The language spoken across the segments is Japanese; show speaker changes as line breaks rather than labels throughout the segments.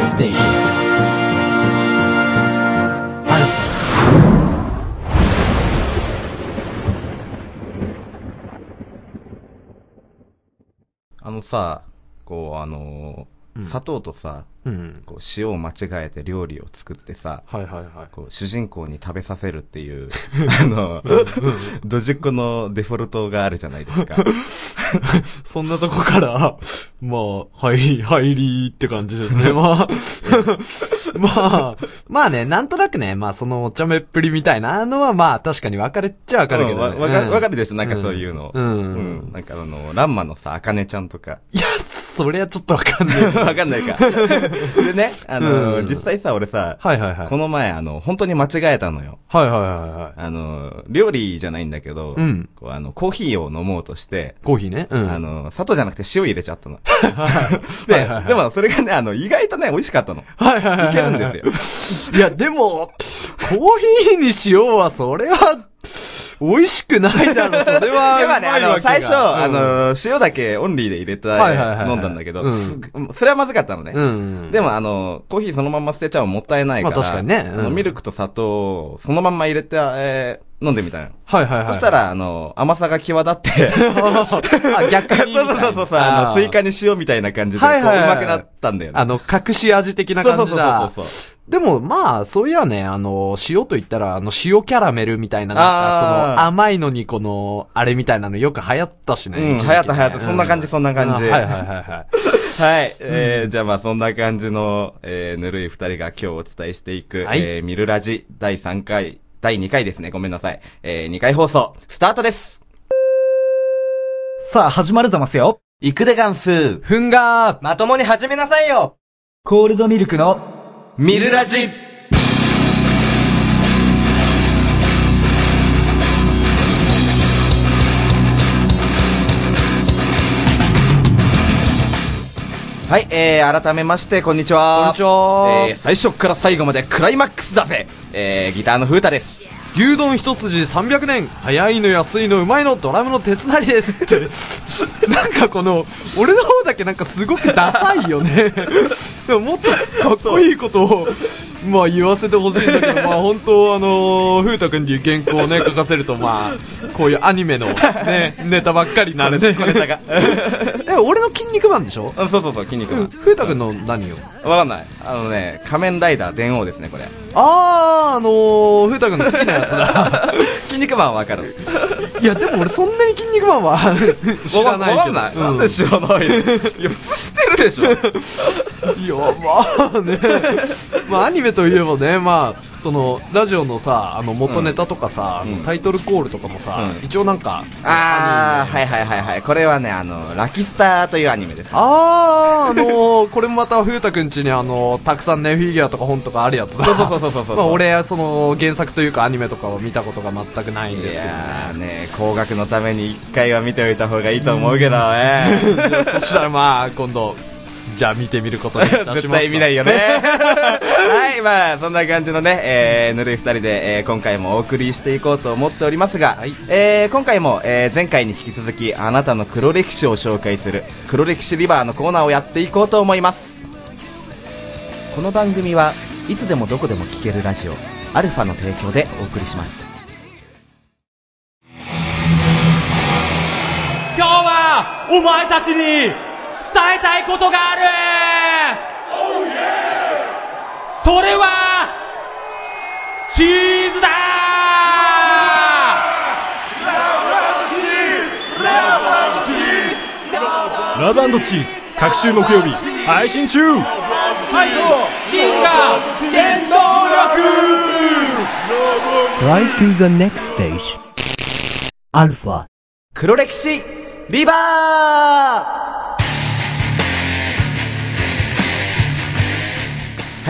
ステーション
あのさ、こうあのー
うん
砂糖とさ、
うん。
こう塩を間違えて料理を作ってさ、
はいはいはい。
こう主人公に食べさせるって いう、あの、ドジっ子のデフォルトがあるじゃない ですか。
そんなとこから、 まあ、入り、入りって感じで すね。まあ、まあ、まあね、なんとなくね、まあそのお茶目っぷりみたいなのはまあ確かにわかるっちゃわかるけど、ね。
うんわわか
う
る、
ん
わかるでしょなんかそういうの。
うん
う
うん
ん。なんかあの、ランマのさ、アカネちゃんと か。
いや、そりゃちょっとわかんない。
わかんないか。でね、あの、
うん
実際さ、俺さ、
はいはいはい。
この前、あの、本当に間違えたのよ。
はいはいはいは
あの、料理じゃないんだけど、
うん
こうあの、コーヒーを飲もうとして、
い。コーヒーね。うん。
あの、砂糖じゃなくて塩入れちゃった の。
は
で
いはいはい、
でもそれがね、あの、意外とね、美味しかったの。い
はいはいはいはい。
けるんです
いや、でも、コーヒーにしようは、それは、美味しくないだろ、 それ
よ。
は。
でもね、
うま
あ
いわ
の、
けが
最初、あ、
うん
の、塩だけオンリーで入れ
はいはいはいは
た、
い
飲んだんだけど
うん、
すそれはまずかったのね。
うん。
で
も、
もあの、コーヒーそのまま捨てちゃうのもったいないから。
まあ確かにねうん
あのミルクと砂糖をそのまんま入れて、えー飲んでみたいな。
はいはいはい。
そした、ら、あの、甘さが際 立って、
あ、逆
そう
にみたい
そ
な。
うそうそうそう、あの、スイカに塩みたいな感じで、こう、
は
う
いはいはいは
ま
い
くなったんだよね。
あの、隠し味的な
そうそ
感
う
じ
そう
だ。
そうそう。
でも、まあ、そういやね、あの、塩と言ったら、あの、塩キャラメルみたいな、なんか
あー、
その、甘いのに、この、あれみたいなのよく流行ったしね。
うん、流
一時期ね
行った流行った。そんな感じ、そんな感じ。
うんはいはいはいはい。
はい。えーじゃあまあそんな感じの、えーぬるい二人が今日お伝えしていく、
はい
えーミルラジ第3回、第2回ですね。ごめんなさい。えー、2回放送、スタートです
さあ、始まるざますよ。
行くでガンス
ふんがー
まともに始めなさいよ
コールドミルクの、
ミルラジはい、えー、改めまして、こんにちは。
こんにちは
えー、最初から最後までクライマックスだぜえー、ギターの風太です。
牛丼一筋300年早いの安いのうまいのドラムの手つなりですって なんかこの俺の方だけなんかすごくダサいよ ねでももっとかっこいいことをまあ言わせてほしいんだ けどまあ本当あのー風太くんに原稿をね書かせるとまあこういうアニメの ねネタばっかりになるね
ネタが。
え俺の筋肉マンでしょ
うん、そうそうそう、筋肉マン。
風太くんの何よ
わかんない。あのね、仮面ライダー電王ですね、 これ。
あああのー、風太くんの好きなやつだ
筋肉マンはわかる。
いやでも俺そんなに筋肉マンは 知らないけど
わかんない。なんで知らないのいや、普通知ってるでしょ。
いや、まあね、 まあアニメといえばね、まあ、その、ラジオのさ、あの、元ネタとかさ、あのタイトルコールとかもさ、
うん
一応なんか、
あー、はいはいはいはい。これはね、あの、ラキスターというアニメです。
あー、あのー、これもまた、風太くんちにあのー、たくさんね、フィギュアとか本とかあるやつだ。
そうそうそうそうそう。
まあ、、俺、その、原作というかアニメとかを見たことが全くないん
い
ですけどね。
やーね、工学のために一回は見ておいた方がいいと思うけど ね。
じゃあそしたらまあ、今度、じゃあ見てみる ことにいたします。
絶対見ないよね。 はい、まあ、そんな感じのね、えー、ぬるい二人で、えー今回もお送りしていこうと思っておりますが、
はい
えー今回も、えー前回に引き続き、あなたの黒歴史を紹介する、黒歴史リバーのコーナーをやっていこうと思います。この番組はいつでもどこでも聴けるラジオ、アルファの提供でお送りします。
今日はお前たちに伝えたいことがあるそれはチーズだ
ラブチーズ各週木曜日配信中
チーズが原動力
Try to the next stage. Alpha.
黒歴史リバーは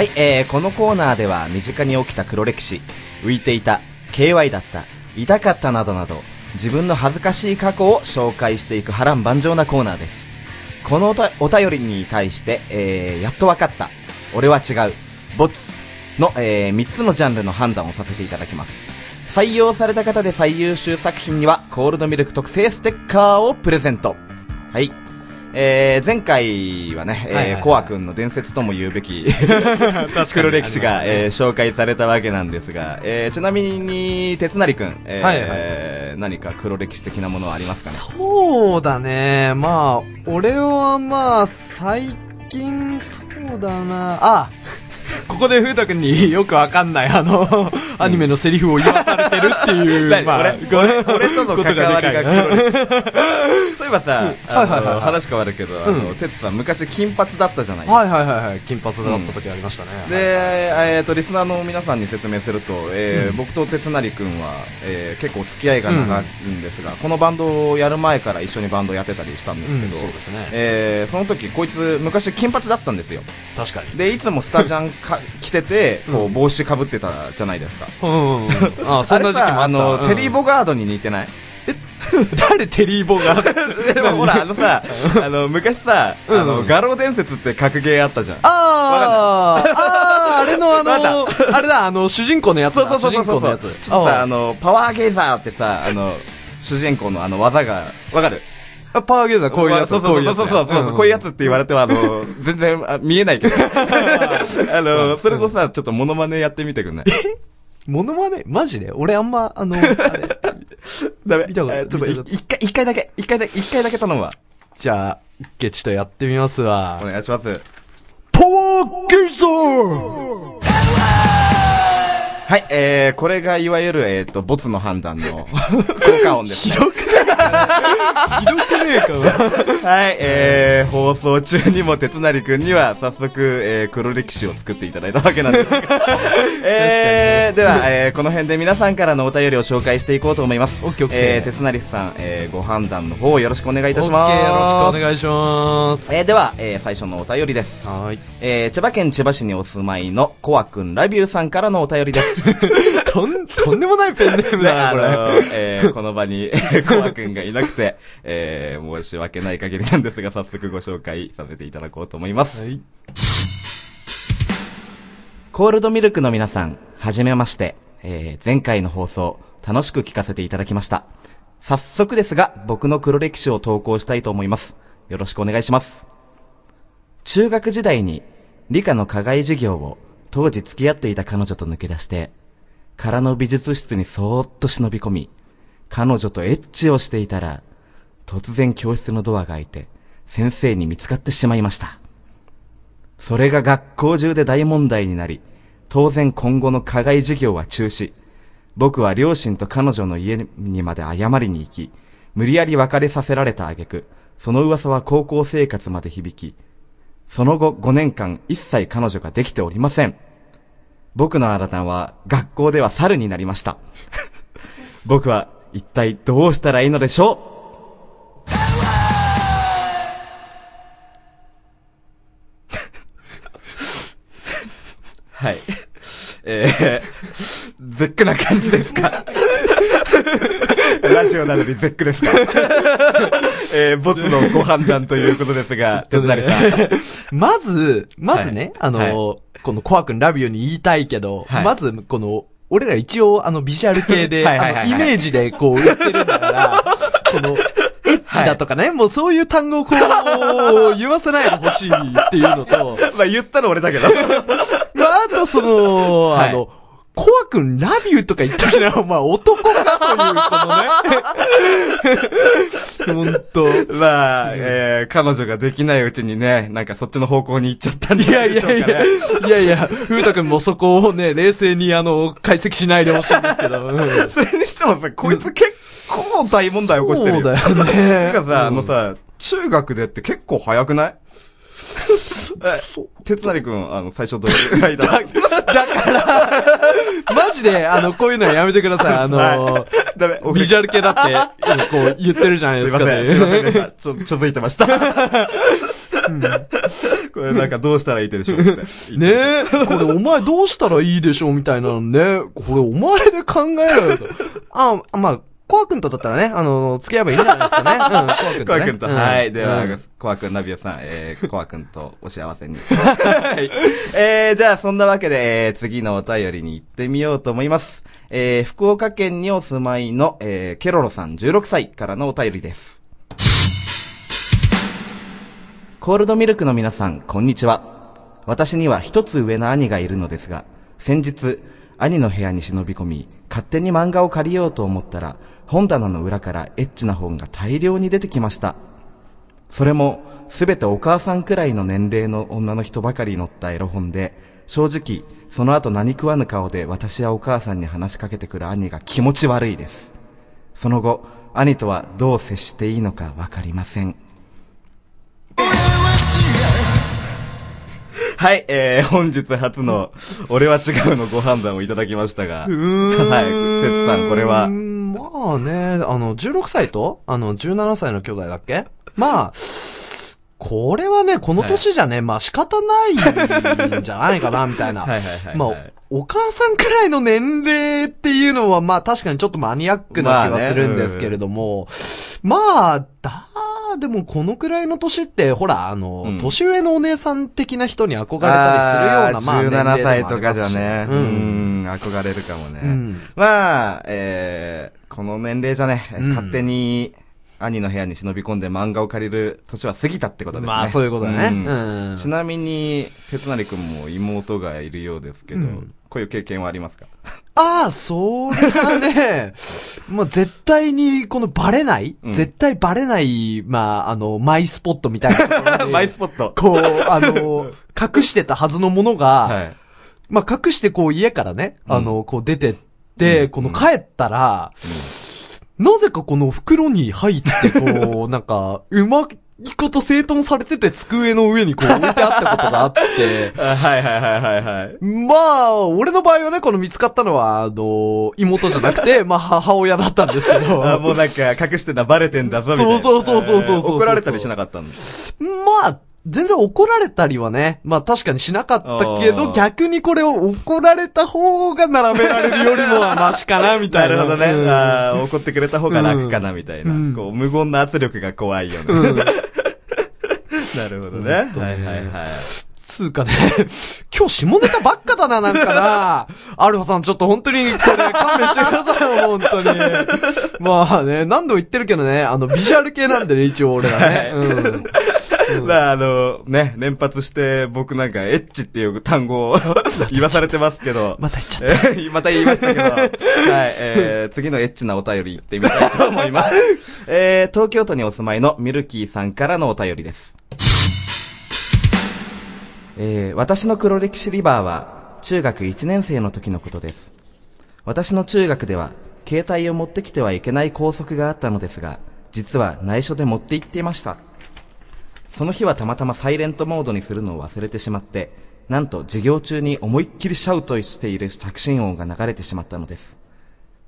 い、えー、このコーナーでは身近に起きた黒歴史、浮いていた、KY だった、痛かったなどなど、自分の恥ずかしい過去を紹介していく波乱万丈なコーナーです。このおたお便りに対して、えー、やっとわかった、俺は違う、ボツの、えー、3つのジャンルの判断をさせていただきます。採用された方で最優秀作品には、コールドミルク特製ステッカーをプレゼント。はい。えー、前回はね、えー
はいはいはい
コア君の伝説とも言うべ き 黒歴史が、えー紹介されたわけなんですが、えー、ちなみに、鉄成君、えー
はいはい
何か黒歴史的なものはありますか
そうだね。まあ、俺はまあ、最近、そうだな。あここで風太くんによくわかんない、あの、アニメのセリフを言わされてるって い
何
う、まあ、
俺ね俺との関わりが黒歴史。そういえば さ、あの
はいはいはいはい
話変わるけど、あの、鉄さん昔金髪だったじゃない
はいはいはいはい、金髪だった時ありましたね。
で、えっとリスナーの皆さんに説明すると、えー僕と鉄成君は、えー結構付き合いが長いんですが、このバンドをやる前から一緒にバンドやってたりしたんですけど、
うんそうですね
えーその時こいつ昔金髪だったんですよ
確かに。
でいつもスタジャンか着ててこう
うん
帽子かぶってたじゃないですか、
うんうんうん。ああ、そん
あれ
な時期もあった
さあの、テ リー・
ボ、
ボガードに似てない
誰テリーボが
でもほらあのさあの昔さ、あの画廊伝説って格ゲーあったじゃん
あーあー、あれのあの、あれだ、あの、主人公のやつ
そう
だ。
そうそうそう
主人公の
そ
や
う。
つ。
ちょっとさ、あの、パワーゲーザーってさ、あの、主人公のあの技が、わかる
あパワーゲーザーこういうやつ。
そうそうそうそうそうそう、こういうやつって言われては、あの、全然あ見えないけ ど。あの、それとさ、ちょっとモノマネやってみてくんない
モノマネマジで俺あんま、 あの、あれ
ダメ。
見たこと
えーちょっとい
見たこと
一回、一回だけ、一回だけ、一回だけ頼むわ。
じゃあ、一回ちょっとやってみますわ
お。願いします。
パワーゲイザー
はい、えー、これがいわゆる、えっ、と、ボツの判断の効果音です、ね。
ひどくねえかな。
はい、えー、放送中にも鉄成くんには早速、えー、黒歴史を作っていただいたわけなんですが、えー、では、えー、この辺で皆さんからのお便りを紹介していこうと思います。
オッケーオッケー
えー、鉄成さん、えー、ご判断の方よろしくお願いいたします。
オッケーよろしくお願いします。
えー、では、えー、最初のお便りです。
はーい。
えー、千葉県千葉市にお住まいのコアくんラビューさんからのお便りです。
とん、とんでもないペンネー
ね、
ムだ
あ
な、こ
の
れ。
えーこの場に、え ーコア君がいなくて、えー申し訳ない限りなんですが、早速ご紹介させていただこうと思います。
はい
コールドミルクの皆さん、はじめまして。えー前回の放送、楽しく聞かせていただきました。早速ですが、僕の黒歴史を投稿したいと思います。よろしくお願いします。中学時代に、理科の課外授業を、当時付き合っていた彼女と抜け出して、空の美術室にそーっと忍び込み、彼女とエッチをしていたら、突然教室のドアが開いて、先生に見つかってしまいました。それが学校中で大問題になり、当然今後の課外授業は中止。僕は両親と彼女の家にまで謝りに行き、無理やり別れさせられた挙句、その噂は高校生活まで響き、その後5年間一切彼女ができておりません。僕の新たなは学校では猿になりました。 僕は一体どうしたらいいのでしょうはい。えー、ゼックな感じですかラジオなのにゼックですかえー、ボツのご判断ということですが、手伝れた。
まず、まずね、あの、
は
このコア君ラビオに言いたいけど、
はい
まず、この、俺ら一応、あの、ビジュアル系 で、
はいはいはいはい
あの、イメージでこう、言ってるん だから、この、エッチだとかね、もうそういう単語をこう、言わせないでほしいっていうのと、
まあ言ったの俺だけど。
まあ、あとその、
はい
あの、コア君ラビューとか言ったけ ど、まあ男だという、このね。本
まあ、えー、彼女ができないうちにね、なんかそっちの方向に行っちゃったん
当。い
じゃな
や
い
い
でしょう
やい
かね。
や、いやいや、ふうたくんもそこをね、冷静にあの、解析しないでほしいんですけど。うん
それにしてもさ、こいつ結構大問題起こしてるよ。
そうだよね
てかさ、あのさ、中学でって結構早くない え、鉄成くん、あの、最初どれくらいだ
マジで、あの、こういうのはやめてください。あの、
ダメ、
ビジュ
ア
アル系だって、今こう言ってるじゃないですす
いま
か、
せん、すいません
ね。
でした。ちょ、ちょづいてました。 これなんかどうしたらいいでしょうって。
ねえ、これお前どうしたらいいでしょうみたいなのね。これお前で考えろよと。あ、まあ、コア君とだったらね、あの、付き合えばいいんじゃないですかね。うん、コア君
コ
と、
ア君と、
ね。うん
はい。では、
うん
コア君、ナビアさん、えー、コア君とお幸 せに。はい。えー、じゃあ、そんなわけで、えー、次のお便りに行ってみようと思います。えー、福岡県にお住まいの、えー、ケロロさん16歳からのお便りです。コールドミルクの皆さん、こんにちは。私には一つ上の兄がいるのですが、先日、兄の部屋に忍び込み、勝手に漫画を借りようと思ったら、本棚の裏からエッチな本が大量に出てきました。それも、すべてお母さんくらいの年齢の女の人ばかり載ったエロ本で、正直、その後何食わぬ顔で私やお母さんに話しかけてくる兄が気持ち悪いです。その後、兄とはどう接していいのかわかりません。はい、えー、本日初の、俺は違うのご判断をいただきました が、はい、てつさんこれは
うー、んまあね、あの、16歳と、あの、17歳の兄弟だっけまあ、これはね、この年じゃね、まあ仕方ないんじゃないかな、みたい な。
はいはいはいはい
まあ、お母さんくらいの年齢っていうのは、まあ確かにちょっとマニアックな気
まあ
は
ね
するんですけれども、まあ、だ、でもこのくらいの年って、ほら、あの、
うん
年上のお姉さん的な人に憧れたりするような、まあ、
17歳とかじゃね、う、
うんん。
憧れるかもね。
うん
まあ、えー、この年齢じゃね、
ん
勝手に、兄の部屋に忍び込んで漫画を借りる年は過ぎたってことですね。
まあ、そういうことだね。
うん
うん
ちなみに、哲成くんも妹がいるようですけど、
うん
こういう経験はありますか
ああ、それはね、 まあ絶対に、このバレない、
うん
絶対バレない、まあ、あの、マイスポットみたいなところで
マイスポット。
こう、あの、隠してたはずのものが、
はい。
まあ、隠してこう家からね、あの、こう出てって、
うん
この帰ったら、なぜかこの袋に入って、こう、なんか、うまいこと整頓されてて机の上にこう置いてあったことがあ って、
はいはいはいはいはい。
まあ、俺の場合はね、この見つかったのは、あの、妹じゃな くて、まあ、母親だったんですけど。
あもうなんか隠してたバレてんだぞみたいな。
そうそうそうそうそうそうそう
怒られたりしなかったんだ。
まあ、全然怒られたりはね、まあ確かにしなかったけ
あー
ど、逆にこれを怒られた方が並べられるよりもはマシかな、み
な
た
い
な。
るほどね。
うん
あー怒ってくれた方が楽かなみたいな。
うん
こう、無言の圧力が怖いよね。 なるほどね。はいはいはい。
つうかね、 今日下ネタばっかだな、なんか な。アルファさん、ちょっと本当に、これ、勘弁してくださいよ、本当に。 まあね、何度も言ってるけどね、あの、ビジュアル系なんでね、一応俺らね。うん。
まあ、あの、ね、連発して、僕なんか、エッチっていう単語を 言わされてますけど。 また言っちゃ った。また言いましたけど。はい、えー、次のエッチなお便り行ってみたいと思います。 えー、東京都にお住まいのミルキーさんからのお便りです。えー、私の黒歴史リバーは、中学1年生の時のことです。私の中学では、携帯を持ってきてはいけない校則があったのですが、実は内緒で持って行っていました。その日はたまたまサイレントモードにするのを忘れてしまって、なんと授業中に思いっきりシャウトしている着信音が流れてしまったのです。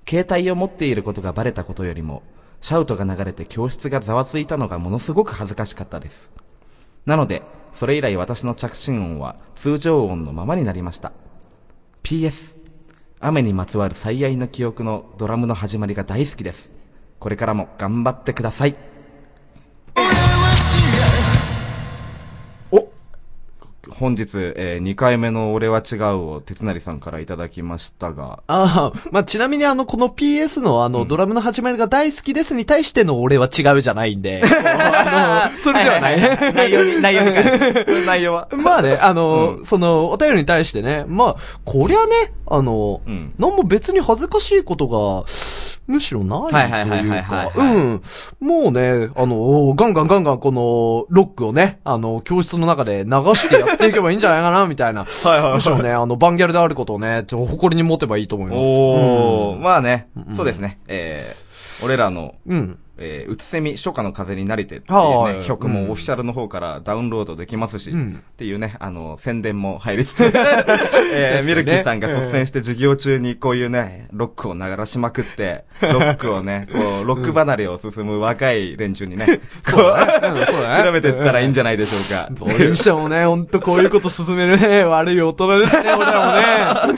携帯を持っていることがバレたことよりも、シャウトが流れて教室がざわついたのがものすごく恥ずかしかったです。なので、それ以来私の着信音は通常音のままになりました。PS、雨にまつわる最愛の記憶のドラムの始まりが大好きです。これからも頑張ってください。お本日、え2回目の俺は違うを哲成さんからいただきましたが、
ああ、まあ、ちなみにあの、この PS のあの、ドラムの始まりが大好きですに対しての俺は違うじゃない んで、こうあの、それではない。
内容に、内容に関して。 内容は。
まあね、あの、その、お便りに対してね、まあ、こりゃね、あの、
うん
何も別に恥ずかしいことが、むしろないと
はいはいはいはいいうはい
か、
は
うん。もうね、あの、ガンガンガンガンこの、ロックをね、あの、教室の中で流してやっていけばいいんじゃないかな、みたいな。
い はいはい
むしろね、あの、バンギャルであることをね、ちょっと誇りに持てばいいと思います。
おー、まあね、そうですね。えー、俺らの、
うん。
えー、うつせみ初夏の風に慣れてって
は
いうね、
い
曲もオフィシャルの方からダウンロードできますし、
ん
っていうね、あの、宣伝も入 りつつ、えー、ミルキーさんが率先して授業中にこういうね、ロックを流しまくって、ロックをね、こう、ロック離れを進む若い連中に ね、こう、
うん、そうだね。
広めてったらいいんじゃないでしょうか。
どうにしてもね、ほんとこういうこと進めるね、悪い大人ですね、俺らもね。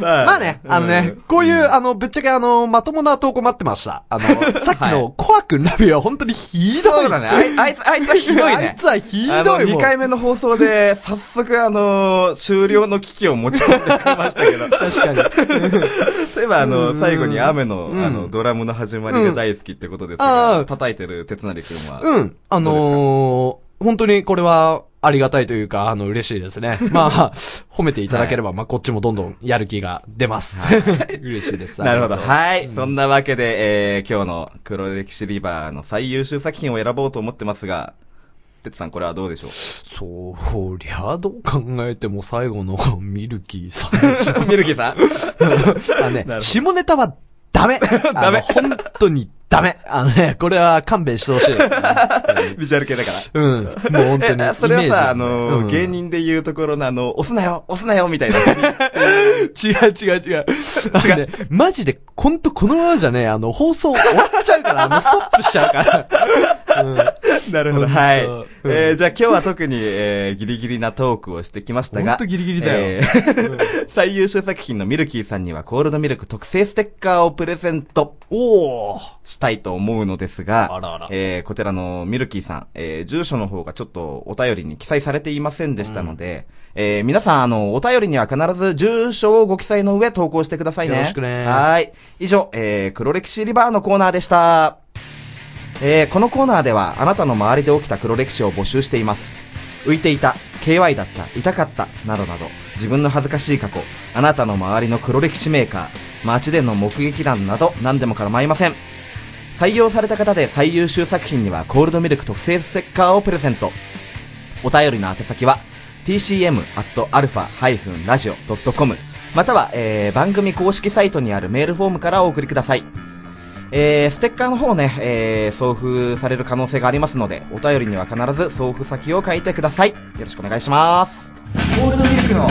ま
まあね、あのね、こういう、あの、ぶっちゃけあの、まともな投稿待ってました。あの、 さっきの、コア君ラビは本当にひどい。
そうだね。あいあいつ、あいつはひどいね
あい。つはひ
あ
ど
の、
いもん。
2回目の放送で、早速、あのー終了の危機を持ち込んできましたけ ど。
確かに。
そういえば、あの、最後に雨の、
うん
あの、ドラムの始まりが大好きってことです
うんあ
が、
あ
叩いてる鉄成くんは。
うん。あのー、本当にこれは、ありがたいというか、あの、嬉しいですね。まあ、褒めていただければ、まあ、こっちもどんどんやる気が出ます。 嬉しいです。
なるほど。
ありがとう
はい。そんなわけで、えー、今日の黒歴史リバーの最優秀作品を選ぼうと思ってますが、てつさんこれはどうでしょう
そりゃ、どう考えても最後のミルキーさんでしょ。
ミルキーさん
あのね、下ネタはダメ ダメ本当にダ メあのね、これは勘弁してほしいですね。
ビジュアル系だか
うん。もう本当 に。
ら。え、それは
イメージ
さ、あのー
うん
芸人で言うところのあの、押すなよ押すなよみたいな。
違う違 う違う。違う、ね。マジで、ほんとこのままじゃね、あの、放送終わっちゃうから、あの、ストップしちゃうから。
なるほど。
うん
はい。
うん
えーじゃあ今日は特に、えー、ギリギリなトークをしてきましたが。
ほんとギリギリだよ
えー最優秀作品のミルキーさんにはコールドミルク特製ステッカーをプレゼント。おしたいと思うのですが、
あらあら
えーこちらのミルキーさん、えー住所の方がちょっとお便りに記載されていませんでしたので、えー皆さん、あの、お便りには必ず住所をご記載の上投稿してくださいね。
よろしくね
はーい。以上、えー、黒歴史リバーのコーナーでした。えーこのコーナーではあなたの周りで起きた黒歴史を募集しています浮いていた KY だった痛かったなどなど自分の恥ずかしい過去あなたの周りの黒歴史メーカー街での目撃談など何でも構いません採用された方で最優秀作品にはコールドミルク特製ステッカーをプレゼントお便りの宛先は tcm.alpha-radio.com または、えー番組公式サイトにあるメールフォームからお送りくださいえー、ステッカーの方ね、えー、送付される可能性がありますので、お便りには必ず送付先を書いてください。よろしくお願いします。
コールドミルクの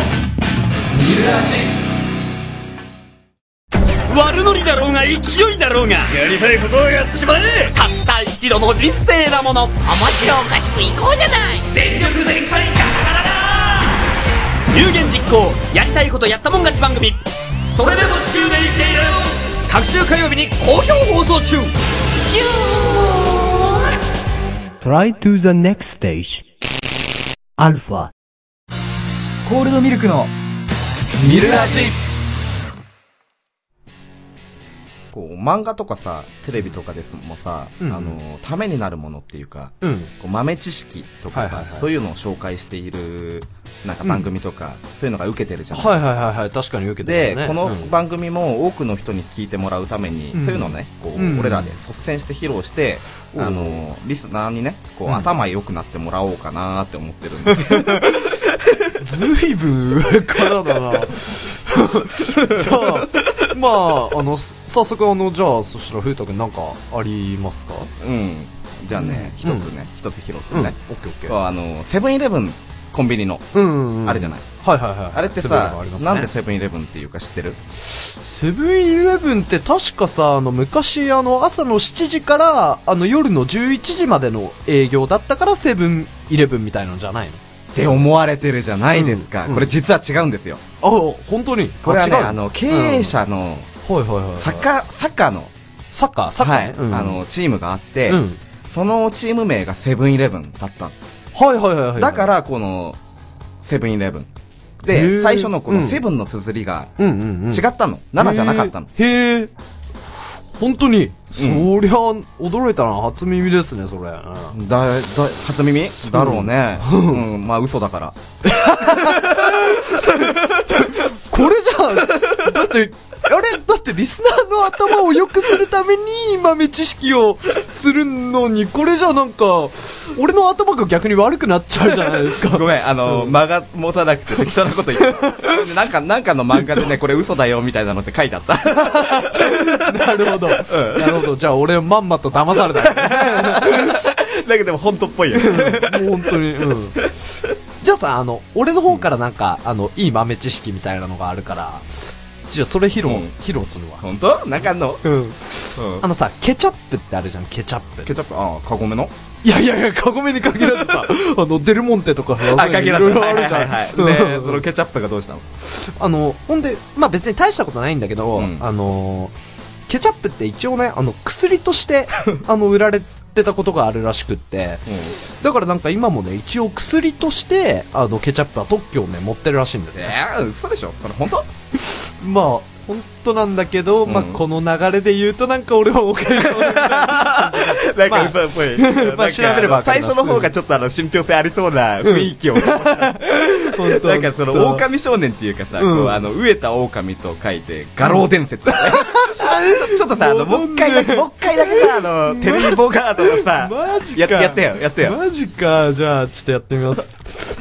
悪ノリだろうが勢いだろうがやりたいことをやってしまえたった一度の人生だもの面白おかしくいこうじゃない全力全開ガラガラだ有言実行やりたいことやったもん勝ち番組それでも地球で生きている各週火曜日に好評放送中
Try to the next stage. Alpha.
コールドミルクの
ミルラジこう、漫画とかさ、テレビとかですもさ、
うん
あの、ためになるものっていうか、
うん。
こう豆知識とかさ、
はいはいはい
そういうのを紹介している、なんか番組とか、そういうのが受けてるじゃないですか
はいはいはいはい。確かに受けて
で、
ますね。
この
うん
番組も多くの人に聞いてもらうために、
うん
そういうのをね、こう、
うん
俺らで率先して披露して、
うん
あの、リスナーにね、こう、
うん
頭良くなってもらおうかなーって思ってるん ですよ。
ずいぶん上から だな。じゃあ、まあ、あの、す早速あの、じゃあ、そしたら、ふうたくんなんかありますか
うん。じゃあね、一、
うん
つね、一つ披露するね。
オッケーオッケ
こう
ー。
あの、セブンイレブン、コンビニの、
うんうん。
あれじゃ
ない
ない。
はいはいはい。
あれって
セブンイレ
さ
ブンありま、すね
なんでセブンイレブンっていうか知ってる
セブンイレブンって確かさ、あの、昔、あの、朝の7時から、あの、夜の11時までの営業だったから、セブンイレブンみたいなんじゃないの
って思われてるじゃないですか。
うん
これ実は違うんですよ。
あ、本当に
これはね、
違う
あの、経営者の、
はいはいはいはい。
サッカー、サッカーの、
サッカー、サッカー、
は
ね
い、
うん
あの、チームがあって、
うん。
そのチーム名がセブンイレブンだった。
はいはいはいはい。
だか、ら、この、セブンイレブン。
へ
で、
ー
最初のこ
う
の
ん
セブンの綴りが
うんうんうん。
違ったの。7じゃなかったの。
へーへえ。本当に、そりゃ、驚いたな。初耳ですね、それ。うん
だ、だ、初耳だろうね。うん、まあ嘘だから。
これじ ゃ、だって、あれだってリスナーの頭を良くするために豆知識をするのに、これじゃなんか、俺の頭が逆に悪くなっちゃうじゃないですか。
ごめん、あの、間が持たなくて 適当なこと言った。でなんか、なんかの漫画でね、これ嘘だよみたいなのって書いてあ った。
なるほど。なるほど。じゃあ俺まんまと騙されたよね。
だけど本当っぽいよね。
もう本当に、うん。じゃあさ、あの、俺の方からなんか、あの、いい豆知識みたいなのがあるから、じゃあそれ披露、
うん
披露するわ。
本当なんかあんの
うん。
うん
あのさ、ケチャップってあるじゃん、ケチャップ。
ケチャップああカゴメの
いやいやいや、カゴメに限らずさ、 あの、デルモンテとかさ、
あ、かけら
いろいろあるじゃん。
ね
うん
そのケチャップがどうしたの
あの、ほんで、まあ別に大したことないんだけど、
うん
あの、ケチャップって一応ね、あの、薬として、 あの、売られてたことがあるらしくって、だからなんか今もね、一応薬として、あの、ケチャップは特許をね、持ってるらしいんですね。
えー、嘘でしょそれ本当
まあ、本当なんだけど、まあ
うん
この流れで言うとなんか俺はお かしい。
なん
まあ
嘘っぽい
まあ調べればわか
最
ります
初の方がちょっとあの、信憑性ありそうな雰囲気を。
本当
なんかその、狼少年っていうかさ、こ
う
うんあの、飢えた狼と書いて、画廊伝説。ちょちょっとさ、あの、もう一回だけ、もう一回だけさ、あの、テレビボガードのさ、
マジか。
ややってよ、やってよ。
マジか。じゃあ、ちょっとやってみます。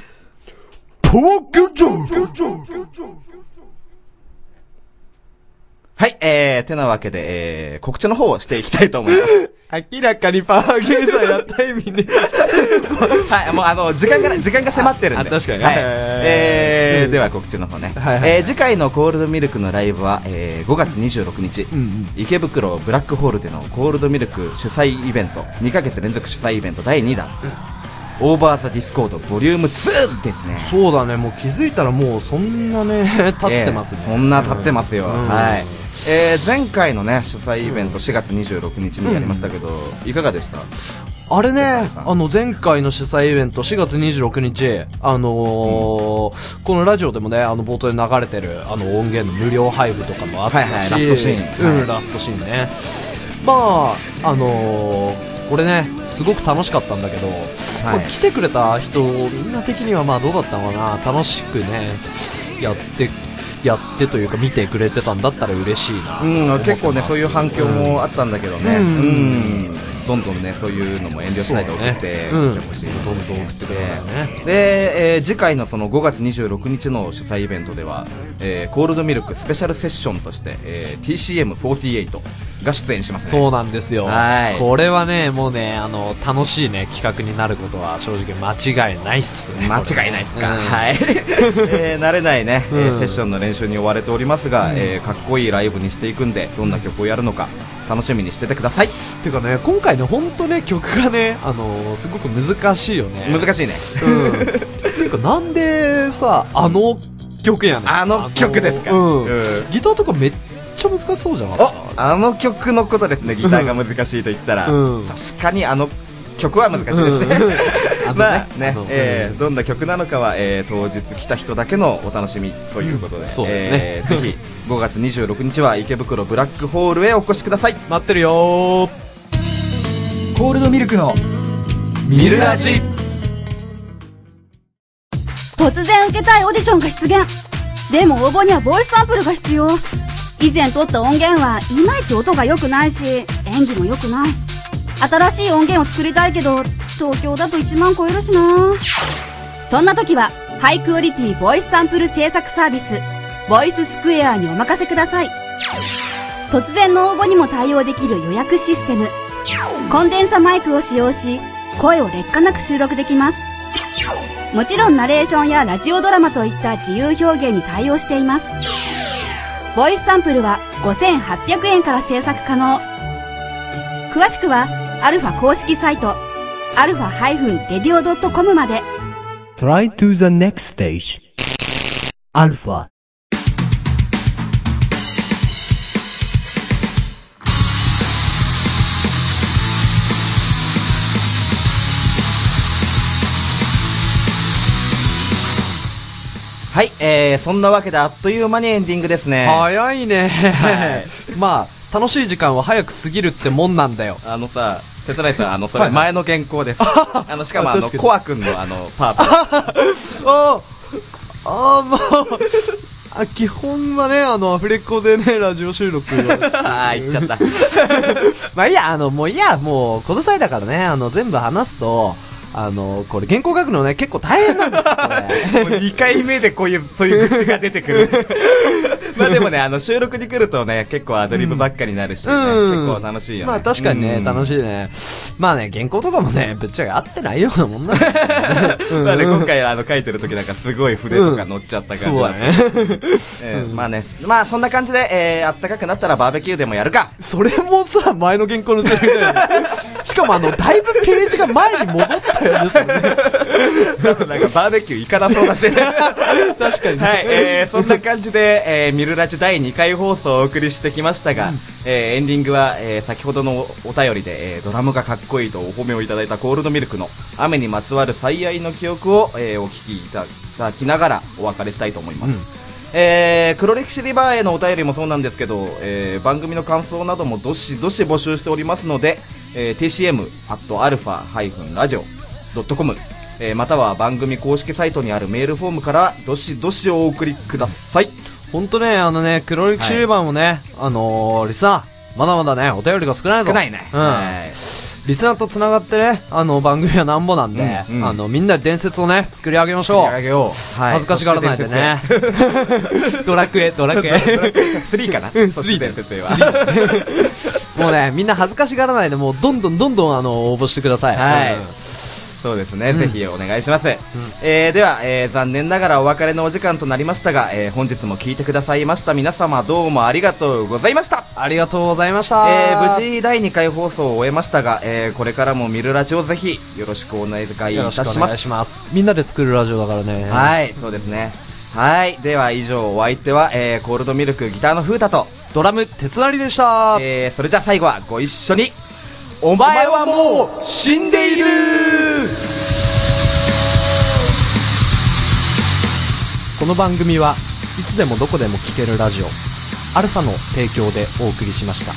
はい、えー、てなわけで、えー、告知の方をしていきたいと思います。
明らかにパワーゲーザーやった意味ね。
はい、もうあの、時間が、時間が迫ってるんで。
あ確かに
はい。
はいはいはいはい
えー、では告知の方ね。
はいはいはい
えー、次回のコールドミルクのライブは、えー、5月26日、池袋ブラックホールでのコールドミルク主催イベント、2ヶ月連続主催イベント第2弾、オーバーザディスコードボリューム2ですね。
そうだね。もう気づいたらもうそんなね、立ってますね。
ええそんな立ってますよ。
うん
はい。えー、前回のね、主催イベント4月26日にやりましたけど、いかがでした
あれね、あの前回の主催イベント4月26日、あのーこのラジオでもね、あの冒頭で流れてるあの音源の無料配布とかもあったし、
はいはいラストシーン
うん
はい
ラストシーンね。まあ、あのーこれね、すごく楽しかったんだけど、まあ来てくれた人、みんな的にはまあどうだったのかな、楽しくね、やって、やってというか見てくれてたんだったら嬉しいな。
うん、結構ね、そういう反響もあったんだけどね、うん、どんどんね、そういうのも遠慮しないで送って
うん
きてほしい、
どんどん送ってくれますね。
で、えー次回のその5月26日の主催イベントでは、えーコールドミルクスペシャルセッションとして、えー TCM48 が出演しますね。
そうなんですよ、
はい
これはね、もうね、あの楽しいね企画になることは正直間違いないっすね、
間違いないですか、
うん
はい、えー慣れないね、えー
うん
セッションの練習に追われておりますが、えーかっこいいライブにしていくんでどんな曲をやるのか楽しみにしててください
っていうかね、今回ね、本当ね、曲がね、あのすごく難しいよね、
難しいね
うん、 っていうか、なんでさ、あの曲やねん、
あの曲ですか、
うん
うん
ギターとかめっちゃ難しそうじゃなかっ
おあの曲のことですねギターが難しいと言ったら、
うん
確かにあの曲は難しいですね、
た、
まあね
あの、
え
う
ー
ん
どんな曲なのかは、えー当日来た人だけのお楽しみということで、
うんそうですね
えーぜひ5月26日は池袋ブラックホールへお越しください
待ってるよー
コールドミルクの
ミルラジ
突然受けたいオーディションが出現でも応募にはボイスサンプルが必要以前撮った音源はいまいち音が良くないし演技も良くない新しい音源を作りたいけど東京だと1万超えるしなそんな時はハイクオリティボイスサンプル制作サービスボイススクエアにお任せください突然の応募にも対応できる予約システムコンデンサマイクを使用し声を劣化なく収録できますもちろんナレーションやラジオドラマといった自由表現に対応しています。ボイスサンプルは5800円から制作可能。詳しくは、アルファ公式サイト、アルファ -radio.com まで。
Try to the next stage. Alpha.
はい、えー、そんなわけであっという間にエンディングですね
早いね、 まあ楽しい時間は早く過ぎるってもんなんだよ。
あのさ、テトライさん、あの、それ前の原稿 です。あの、しかもあの、
確かに
コア君のあの、パー
ああ、あまあ、あ基本はね、あの、アフレコでね、ラジ オ収録をし
ト。 あー、言っちゃった。
まあいいや、あの、もういいや、もう、この際だからね、あの、全部話すと、あの、これ原稿書くのね、結構大変なんですよ、 これ。
もう2回目でこういう、そういう口が出てく る。まあでもね、あの、収録に来るとね、結構アドリブばっかになるしね、
うん
結構楽しいよね。
まあ確かにね、楽
しい。
しいね。まあね、原稿とかもね、ぶっちゃけ合ってないようなもんだから うん
まあね、今回あの書いてる時なんかすごい筆とか乗っちゃった感じだ
そうだね。
えーまあね、まあそんな感じで、えー、あったかくなったらバーベキューでもやるか。
それもさ、前の原稿の全然。しかもあの、だいぶページが前に戻ったよね、それね。
なんかバーベキュー行かなそうだし。
確かにね。
はい、えー、そんな感じで、えー、ミルラジ第2回放送をお送りしてきましたが、えー、エンディングは、えー、先ほどのお便りで、えー、ドラムがかっこいいとお褒めをいただいたコールドミルクの雨にまつわる最愛の記憶を、えー、お聞きいただきながらお別れしたいと思います。えー、黒歴史リバーへのお便りもそうなんですけど、えー、番組の感想などもどしどし募集しておりますので、えー、tcm.α-radio.com、えー、または番組公式サイトにあるメールフォームからどしどしお送りください。
ほんとね、あのね、黒歴史レバーもね、あのー、リスナー、まだまだね、お便りが少ないぞ。
少ないね。
うん。
はい
リスナーと繋がってね、あの、番組はなんぼなんで、
うんうん
あの、みんなで伝説をね、作り上げましょう。
作り上げよう。はい
恥ずかしがらないで。ね。 ドラクエ、ドラクエ。
3かな ?3 で。3は。
もうね、みんな恥ずかしがらないで、もうどんどんどんどんあの、応募してください。
はい
うん
そうですね、ぜひお願いします。えーでは、えー残念ながらお別れのお時間となりましたが、えー本日も聞いてくださいました皆様どうもありがとうございました。
ありがとうございました。
えー無事第2回放送を終えましたが、えーこれからもミルラジをぜひよろしくお願いいたし
よろ
ま
しく
す。
お願いします。みんなで作るラジオだからね。
はい、そうですね。はい、では以上お相手は、えーコールドミルクギターの風太と、
ドラム、鉄なりでした。
えーそれじゃあ最後はご一緒に、お前はもう死んでいる
この番組はいつでもどこでも聴けるラジオアルファの提供でお送りしました